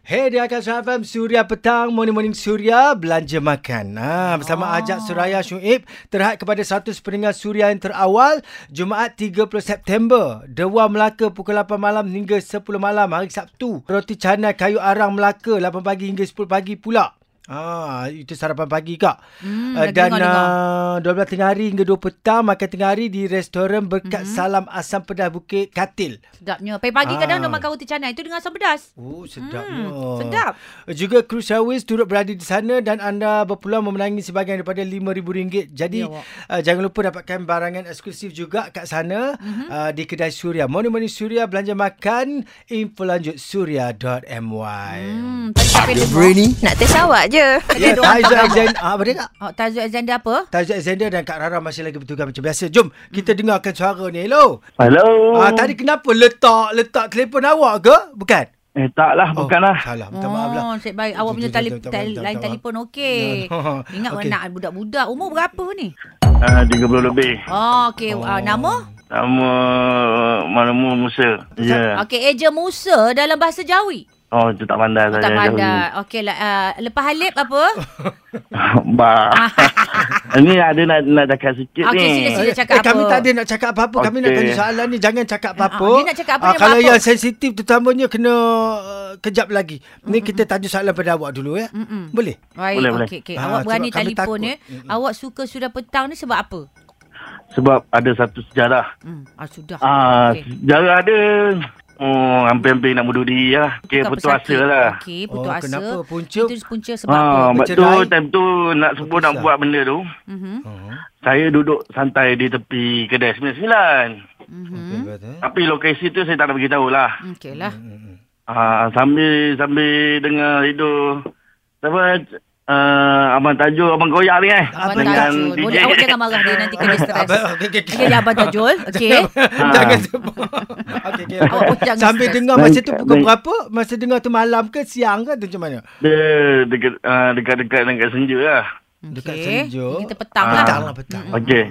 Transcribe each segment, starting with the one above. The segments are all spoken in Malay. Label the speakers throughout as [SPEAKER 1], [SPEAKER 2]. [SPEAKER 1] Hey, dia akan Surya FM, Suria Petang, Morning Morning Suria, Belanja Makan. Ha, bersama Ajak Suraya Syuib, terhad kepada 100 pendengar Suria yang terawal, Jumaat 30 September, Dewa Melaka pukul 8 malam hingga 10 malam hari Sabtu, Roti Canai Kayu Arang Melaka 8 pagi hingga 10 pagi pula. Ah, itu sarapan pagi kak. Hmm, uh, dan uh, 12 tengah hari hingga 2 petang makan tengah hari di restoran berkat mm-hmm. Salam Asam Pedas Bukit Katil.
[SPEAKER 2] Sedapnya. Pagi-pagi
[SPEAKER 1] Ah.
[SPEAKER 2] kadang dia makan roti canai itu dengan asam pedas.
[SPEAKER 1] Oh, sedapnya.
[SPEAKER 2] Hmm, sedap.
[SPEAKER 1] Juga Cruise Airways turut berada di sana dan anda berpeluang memenangi sebahagian daripada RM5,000. Jadi,
[SPEAKER 2] Ya, awak.
[SPEAKER 1] uh, jangan lupa dapatkan barangan eksklusif juga kat sana
[SPEAKER 2] Mhm.
[SPEAKER 1] mm-hmm. uh, di Kedai Suria. Morning-morning Suria, belanja makan, info lanjut suria.my. Mm.
[SPEAKER 2] Hmm, tadi tak pilih.
[SPEAKER 3] Brainy
[SPEAKER 4] Nak test awak je.
[SPEAKER 1] Ya, Taizah Alexander. Ah, apa dia kak?
[SPEAKER 2] Oh, Tajuk agenda apa?
[SPEAKER 1] Tajuk Alexander dan Kak Rara masih lagi bertugas macam biasa.
[SPEAKER 2] Hmm.
[SPEAKER 1] Jom, kita dengarkan suara ni. Hello.
[SPEAKER 3] Hello
[SPEAKER 1] Ah, tadi kenapa letak letak telefon awak ke? Bukan?
[SPEAKER 3] Eh tak lah bukan lah
[SPEAKER 1] Salah, minta maaf lah.
[SPEAKER 2] Oh, nasib baik. Awak
[SPEAKER 1] Betul,
[SPEAKER 2] punya
[SPEAKER 1] betul,
[SPEAKER 2] tali-
[SPEAKER 1] betul,
[SPEAKER 2] tel-
[SPEAKER 1] betul,
[SPEAKER 2] lain
[SPEAKER 1] betul,
[SPEAKER 2] telefon okey.
[SPEAKER 1] No, no.
[SPEAKER 2] Ingat
[SPEAKER 1] Okey.
[SPEAKER 2] okay. nak budak-budak. Umur berapa ni?
[SPEAKER 3] uh, 30 lebih
[SPEAKER 2] Oh, okey. Oh. Uh, nama?
[SPEAKER 3] Nama Malamu Musa Ya yeah.
[SPEAKER 2] Okey, Eja Musa dalam bahasa Jawi.
[SPEAKER 3] Oh tu tak pandai
[SPEAKER 2] Oh,
[SPEAKER 3] saya
[SPEAKER 2] tak
[SPEAKER 3] jauh.
[SPEAKER 2] pandai. Okey, lah, uh, lepas halib apa?
[SPEAKER 3] Bah Ni ada nak nak cakap sikit
[SPEAKER 2] Okey,
[SPEAKER 3] ni
[SPEAKER 2] sila, sila. Dia cakap
[SPEAKER 1] Eh, kami
[SPEAKER 2] apa?
[SPEAKER 1] tak ada nak cakap apa-apa. Kami
[SPEAKER 3] Okey.
[SPEAKER 1] nak tanya soalan ni. Jangan cakap apa-apa.
[SPEAKER 2] Ah, dia nak cakap apa,
[SPEAKER 1] Ah,
[SPEAKER 2] dia
[SPEAKER 1] kalau
[SPEAKER 2] buat
[SPEAKER 1] yang
[SPEAKER 2] apa?
[SPEAKER 1] sensitif terutamanya kena uh, kejap lagi. Ni kita tanya soalan pada awak dulu ya.
[SPEAKER 2] Mm-mm.
[SPEAKER 1] Boleh?
[SPEAKER 2] Baik,
[SPEAKER 3] Boleh, boleh.
[SPEAKER 2] okey. Okay.
[SPEAKER 1] Ah,
[SPEAKER 2] awak berani
[SPEAKER 1] sebab kami
[SPEAKER 2] telefon
[SPEAKER 1] takut.
[SPEAKER 2] ni. Awak suka sudah petang ni sebab apa?
[SPEAKER 3] Sebab ada satu sejarah
[SPEAKER 2] Hmm, ah, sudah.
[SPEAKER 3] Ah
[SPEAKER 2] Okey.
[SPEAKER 3] Sejarah ada Oh hampir-hampir nak bunuh diri lah Okay
[SPEAKER 2] Bukan
[SPEAKER 3] putus
[SPEAKER 2] pesakit.
[SPEAKER 3] asa lah
[SPEAKER 2] Okey,
[SPEAKER 1] Oh,
[SPEAKER 2] putus asa.
[SPEAKER 1] kenapa punca?
[SPEAKER 2] Itu punca sebab
[SPEAKER 3] Ah,
[SPEAKER 2] apa?
[SPEAKER 1] apa?
[SPEAKER 3] sebab tu
[SPEAKER 1] Bercerai?
[SPEAKER 3] time tu nak sebut nak
[SPEAKER 1] Berpisah.
[SPEAKER 3] buat benda tu
[SPEAKER 2] Mhm.
[SPEAKER 3] Oh,
[SPEAKER 1] Uh-huh.
[SPEAKER 3] Saya duduk santai di tepi kedai 99
[SPEAKER 2] Mhm.
[SPEAKER 1] Hmm? Betul.
[SPEAKER 3] Tapi lokasi tu saya tak nak beritahu lah
[SPEAKER 2] Okeylah.
[SPEAKER 3] Ah, sambil sambil dengar itu siapa uh, abang Tajul abang Koyak ni eh.
[SPEAKER 2] Abang
[SPEAKER 1] Dengan
[SPEAKER 2] Tajul. Boleh awak jangan marah dia nanti
[SPEAKER 1] Ah,
[SPEAKER 2] kena stres. Okey, dia Abang Tajul. Okey.
[SPEAKER 1] Jangan sebut. Okey, okey.
[SPEAKER 2] Awak pun jangan
[SPEAKER 1] Sambil
[SPEAKER 2] stres.
[SPEAKER 1] dengar masa tu pukul
[SPEAKER 3] Ah. Baik.
[SPEAKER 1] berapa? Masa dengar tu malam ke siang ke tu macam mana?
[SPEAKER 3] Dia dekat uh, dekat-dekat dekat senja lah.
[SPEAKER 1] Dekat
[SPEAKER 2] Okey.
[SPEAKER 1] Senjuk.
[SPEAKER 2] Kita petang
[SPEAKER 3] Ah.
[SPEAKER 2] lah.
[SPEAKER 1] Petang lah petang.
[SPEAKER 3] Okey.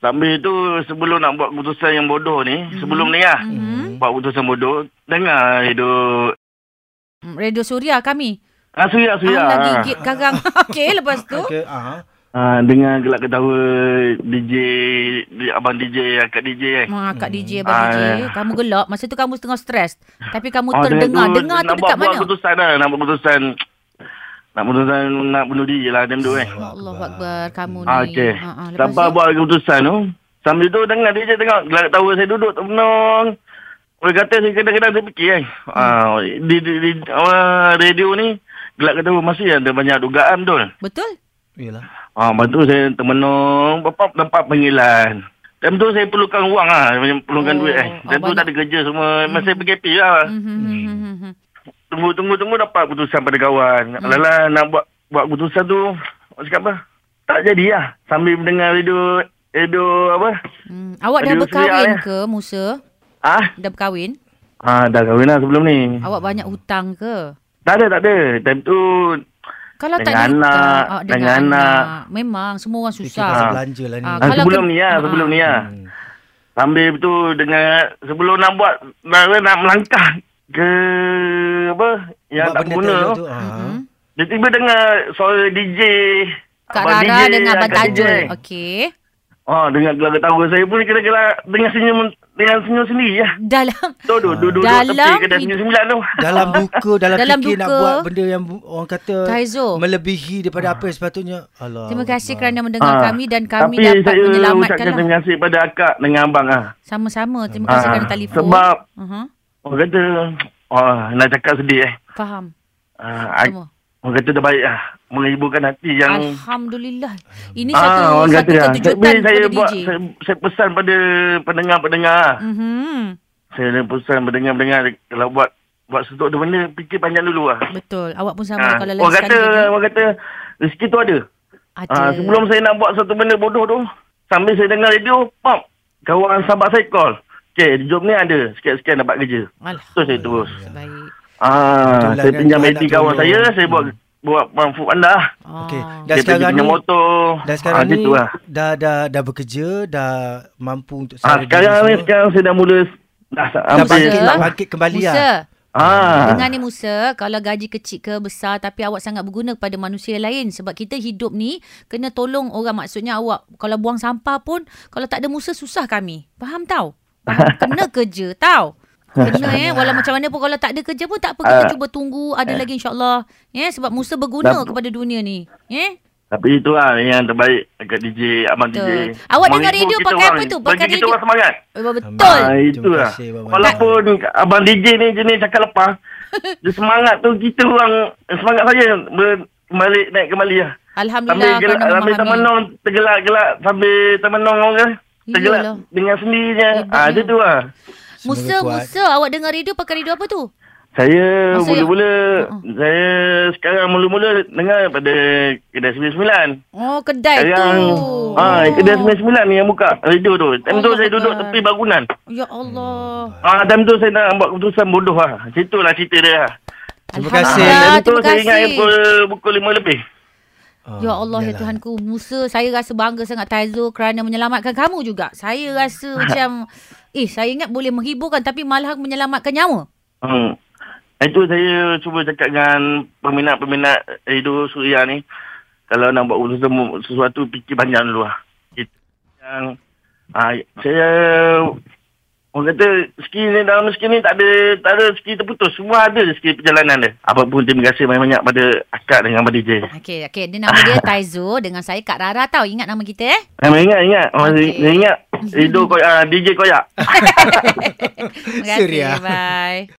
[SPEAKER 3] Sambil tu sebelum nak buat keputusan yang bodoh ni, sebelum ni lah.
[SPEAKER 2] Mhm.
[SPEAKER 3] Buat keputusan bodoh, dengar itu
[SPEAKER 2] Mm, Radio Suria kami.
[SPEAKER 3] Ah, suya,
[SPEAKER 2] Ah,
[SPEAKER 3] suya.
[SPEAKER 2] lagi gate karang. Okey, lepas tu.
[SPEAKER 1] Okey, ah.
[SPEAKER 3] Ah, dengar gelak ketawa DJ, di- abang DJ, akak DJ eh.
[SPEAKER 2] Mak
[SPEAKER 1] Hmm.
[SPEAKER 2] Kak DJ Abang
[SPEAKER 3] Ah,
[SPEAKER 2] DJ
[SPEAKER 3] ya.
[SPEAKER 2] Kamu gelap Masa tu kamu setengah stres Tapi kamu
[SPEAKER 3] Ah,
[SPEAKER 2] terdengar
[SPEAKER 3] dia
[SPEAKER 2] Dengar tu
[SPEAKER 3] nak
[SPEAKER 2] dekat
[SPEAKER 3] buat-
[SPEAKER 2] mana
[SPEAKER 3] Buat keputusan lah. Nak buat keputusan. Nak keputusan nak bunuh diri lah. Macam tu eh.
[SPEAKER 2] Allah Akbar Kamu ni
[SPEAKER 3] Ah, Okey.
[SPEAKER 2] Ah, ah, lepas
[SPEAKER 3] Sampai
[SPEAKER 2] tu?
[SPEAKER 3] buat keputusan tu. Sambil tu dengar dia je tengok. Gelak tawa saya duduk tak menang. Orang kata saya kadang-kadang terfikir eh.
[SPEAKER 2] Hmm.
[SPEAKER 3] Ah, di, di, di ah, radio ni. Gelak ketawa masih ada banyak dugaan betul.
[SPEAKER 2] Betul
[SPEAKER 1] Yalah.
[SPEAKER 3] Ah, lepas tu saya termenung. Bapak nampak panggilan. Dan tu saya perlukan wang lah. Macam Perlukan
[SPEAKER 2] Oh, Hmm.
[SPEAKER 3] duit eh.
[SPEAKER 2] ah,
[SPEAKER 3] Dan tu
[SPEAKER 2] banyak.
[SPEAKER 3] tak ada kerja semua. Masa PKP lah.
[SPEAKER 1] Hmm.
[SPEAKER 2] Mhm, mhm, mhm, mhm.
[SPEAKER 3] Tunggu, tunggu, tunggu dapat keputusan pada kawan. Hmm. Lala nak buat buat keputusan tu, awak cakap apa? Tak jadi lah. Sambil mendengar radio, radio apa?
[SPEAKER 2] Hmm, Awak dah
[SPEAKER 3] Radio
[SPEAKER 2] berkahwin
[SPEAKER 3] Suria, eh.
[SPEAKER 2] ke Musa
[SPEAKER 3] Ah,
[SPEAKER 2] Dah berkahwin
[SPEAKER 3] ah dah kahwin lah sebelum ni.
[SPEAKER 2] Awak banyak hutang ke
[SPEAKER 3] Tak ada, tak ada. Time tu,
[SPEAKER 2] Kalau tak ada
[SPEAKER 3] Dengan anak,
[SPEAKER 2] hutang, ah,
[SPEAKER 3] dengan anak.
[SPEAKER 2] Memang semua orang
[SPEAKER 1] Fikir pasal
[SPEAKER 2] susah.
[SPEAKER 3] Ah.
[SPEAKER 1] belanja lah ni.
[SPEAKER 2] Ah,
[SPEAKER 3] ah,
[SPEAKER 2] Kalau
[SPEAKER 3] sebelum
[SPEAKER 2] ke-
[SPEAKER 3] ni lah,
[SPEAKER 2] ah,
[SPEAKER 3] sebelum
[SPEAKER 2] ah.
[SPEAKER 3] ni lah. Sambil tu dengar, sebelum nak buat, nak, nak melangkah ke apa? Yang
[SPEAKER 1] Buat
[SPEAKER 3] Ya, tak
[SPEAKER 1] benda
[SPEAKER 3] guna
[SPEAKER 1] terelok
[SPEAKER 3] tu.
[SPEAKER 1] ah.
[SPEAKER 2] Mhm.
[SPEAKER 3] Dia tiba dengar suara DJ.
[SPEAKER 2] Kak
[SPEAKER 3] abang
[SPEAKER 2] Rara
[SPEAKER 3] DJ,
[SPEAKER 2] dengan Abang
[SPEAKER 3] akak
[SPEAKER 2] Tajul.
[SPEAKER 3] DJ.
[SPEAKER 2] Okey.
[SPEAKER 3] Oh, dengar gelar ketawa saya pun kira-kira dengan senyum dengan senyum sendiri lah.
[SPEAKER 2] Dalam
[SPEAKER 3] Tu duduk duduk
[SPEAKER 2] Dalam
[SPEAKER 3] duduk tepi kedai
[SPEAKER 2] hid-
[SPEAKER 3] senyum sembilan tu.
[SPEAKER 1] Dalam duka, dalam,
[SPEAKER 2] Dalam
[SPEAKER 1] fikir nak
[SPEAKER 2] duka.
[SPEAKER 1] buat benda yang bu- orang kata
[SPEAKER 2] Taizo.
[SPEAKER 1] melebihi daripada apa yang sepatutnya. Allah.
[SPEAKER 2] Terima kasih
[SPEAKER 1] Allah.
[SPEAKER 2] kerana mendengar
[SPEAKER 3] Ah.
[SPEAKER 2] kami dan kami
[SPEAKER 3] Tapi
[SPEAKER 2] dapat
[SPEAKER 3] saya
[SPEAKER 2] menyelamatkan
[SPEAKER 3] ucapkan
[SPEAKER 2] lah.
[SPEAKER 3] terima kasih pada akak dengan abang ah.
[SPEAKER 2] Sama-sama. Terima
[SPEAKER 3] Ah,
[SPEAKER 2] kasih kerana telefon.
[SPEAKER 3] sebab
[SPEAKER 2] Uh-huh.
[SPEAKER 3] orang kata oh nak cakap sedih eh.
[SPEAKER 2] Faham.
[SPEAKER 3] Ah, I-
[SPEAKER 2] Semua.
[SPEAKER 3] orang kata terbaik ah menghiburkan hati yang
[SPEAKER 2] Alhamdulillah. Ini satu
[SPEAKER 3] orang
[SPEAKER 2] satu
[SPEAKER 3] ah.
[SPEAKER 2] kejutan
[SPEAKER 3] Tapi saya
[SPEAKER 2] kepada
[SPEAKER 3] buat
[SPEAKER 2] DJ.
[SPEAKER 3] saya, saya pesan pada pendengar-pendengar. ah.
[SPEAKER 2] Mhm.
[SPEAKER 3] Saya ada pesan pendengar-pendengar kalau buat buat sesuatu benda fikir panjang dulu ah.
[SPEAKER 2] Betul. Awak pun sama
[SPEAKER 3] Ah,
[SPEAKER 2] kalau
[SPEAKER 3] orang
[SPEAKER 2] lain sekali
[SPEAKER 3] kata
[SPEAKER 2] jadi,
[SPEAKER 3] orang kata rezeki tu ada.
[SPEAKER 2] ada.
[SPEAKER 3] Ah, sebelum saya nak buat satu benda bodoh tu, sambil saya dengar radio, pop, kawan sahabat saya call. Okay, job ni ada. Sekian-sekian dapat kerja.
[SPEAKER 2] Alhamdulillah.
[SPEAKER 3] Tu saya terus.
[SPEAKER 2] Baik.
[SPEAKER 3] Ah,
[SPEAKER 1] Betul lah,
[SPEAKER 3] saya
[SPEAKER 1] kan,
[SPEAKER 3] pinjam
[SPEAKER 1] Tuhan
[SPEAKER 3] ID
[SPEAKER 1] nak
[SPEAKER 3] kawan
[SPEAKER 1] tolong.
[SPEAKER 3] saya, saya buat buat mampu anda.
[SPEAKER 2] Ah.
[SPEAKER 1] Ya. Okey. Dan
[SPEAKER 3] Saya pergi
[SPEAKER 1] sekarang
[SPEAKER 3] pinjam
[SPEAKER 1] ni
[SPEAKER 3] motor.
[SPEAKER 1] dan sekarang
[SPEAKER 3] ah,
[SPEAKER 1] ni
[SPEAKER 3] gitu lah.
[SPEAKER 1] dah dah dah bekerja, dah mampu untuk
[SPEAKER 3] Ah,
[SPEAKER 1] sara diri
[SPEAKER 3] sekarang ni,
[SPEAKER 1] semua.
[SPEAKER 3] sekarang saya dah mula dah
[SPEAKER 1] dah
[SPEAKER 3] hampir
[SPEAKER 1] bangkit,
[SPEAKER 2] Musa.
[SPEAKER 1] dah bangkit kembali
[SPEAKER 2] Musa,
[SPEAKER 1] lah.
[SPEAKER 3] Ah.
[SPEAKER 2] Dengar ni Musa, kalau gaji kecil ke besar tapi awak sangat berguna kepada manusia lain sebab kita hidup ni kena tolong orang maksudnya awak kalau buang sampah pun kalau tak ada Musa susah kami. Faham tau? Faham? Kena kerja tau. Kena eh walau macam mana pun kalau tak ada kerja pun tak apa kita
[SPEAKER 3] Ah.
[SPEAKER 2] cuba tunggu ada lagi insyaallah. Ya sebab Musa berguna
[SPEAKER 3] Dah-
[SPEAKER 2] kepada dunia ni. Ya?
[SPEAKER 3] Tapi itulah yang terbaik dekat DJ Abang
[SPEAKER 2] Betul.
[SPEAKER 3] DJ.
[SPEAKER 2] Awak dengar
[SPEAKER 3] Menghibur
[SPEAKER 2] radio
[SPEAKER 3] kita
[SPEAKER 2] pakai
[SPEAKER 3] orang.
[SPEAKER 2] apa tu?
[SPEAKER 3] Bagi
[SPEAKER 2] Pakai
[SPEAKER 3] kita
[SPEAKER 2] radio-
[SPEAKER 3] orang semangat.
[SPEAKER 2] Eh, Betul.
[SPEAKER 3] Ah,
[SPEAKER 1] Terima
[SPEAKER 3] itulah.
[SPEAKER 1] kasih, Abang
[SPEAKER 3] Walaupun Abang DJ ni jenis cakap lepas. dia semangat tu kita orang semangat saya ber, balik naik kembali lah.
[SPEAKER 2] Alhamdulillah
[SPEAKER 3] Sambil gelak,
[SPEAKER 2] kerana
[SPEAKER 3] sambil
[SPEAKER 2] memahami.
[SPEAKER 3] termenung, tergelak-gelak, sambil termenung orang kan.
[SPEAKER 1] Ya,
[SPEAKER 3] Tergelak
[SPEAKER 2] Iyalah.
[SPEAKER 3] dengan sendirinya.
[SPEAKER 2] Hebatnya.
[SPEAKER 3] Ah, dia tu lah.
[SPEAKER 2] Musa,
[SPEAKER 1] Semoga kuat.
[SPEAKER 2] Musa, awak dengar radio pakai radio apa tu?
[SPEAKER 3] Saya
[SPEAKER 2] Maksudnya-
[SPEAKER 3] mula-mula,
[SPEAKER 1] Ha,
[SPEAKER 2] Mm-mm.
[SPEAKER 3] saya sekarang mula-mula dengar pada kedai
[SPEAKER 1] Eh,
[SPEAKER 3] 99.
[SPEAKER 2] Oh, kedai
[SPEAKER 3] Sekarang
[SPEAKER 2] tu. Oh,
[SPEAKER 3] ah
[SPEAKER 1] Oh.
[SPEAKER 3] kedai 99 ni yang buka radio tu. Time tu
[SPEAKER 2] Allah
[SPEAKER 3] saya duduk
[SPEAKER 2] Akbar.
[SPEAKER 3] tepi bangunan.
[SPEAKER 2] Ya Allah.
[SPEAKER 3] Ah time tu saya nak buat keputusan bodoh lah. Situ lah cerita dia. lah.
[SPEAKER 1] Terima kasih.
[SPEAKER 2] Alhamdulillah,
[SPEAKER 3] time tu
[SPEAKER 2] Ya, terima
[SPEAKER 3] Ah, saya ingat
[SPEAKER 2] kasih.
[SPEAKER 3] pukul, pukul 5 lebih.
[SPEAKER 1] Ah,
[SPEAKER 2] Ya Allah, ya
[SPEAKER 1] iyalah.
[SPEAKER 2] Tuhanku. Musa, saya rasa bangga sangat Taizo kerana menyelamatkan kamu juga. Saya rasa macam, eh, saya ingat boleh menghiburkan tapi malah menyelamatkan nyawa.
[SPEAKER 3] Hmm. Itu saya cuba cakap dengan peminat-peminat radio Suria ni. Kalau nak buat keputusan mu- sesuatu, fikir panjang dulu lah. Itu yang ah, saya Orang kata skill ni dalam skill ni tak ada tak ada skill terputus. Semua ada skill perjalanan dia. Apa pun terima kasih banyak-banyak pada akak dengan pada DJ.
[SPEAKER 2] Okey, okey. Dia nama dia Taizo dengan saya Kak Rara tau. Ingat nama kita eh?
[SPEAKER 3] Memang ingat ingat. Oh,
[SPEAKER 2] Okey.
[SPEAKER 3] okay. ingat. Rido koyak, ah, DJ koyak.
[SPEAKER 2] Terima kasih.
[SPEAKER 1] Suria.
[SPEAKER 2] Bye.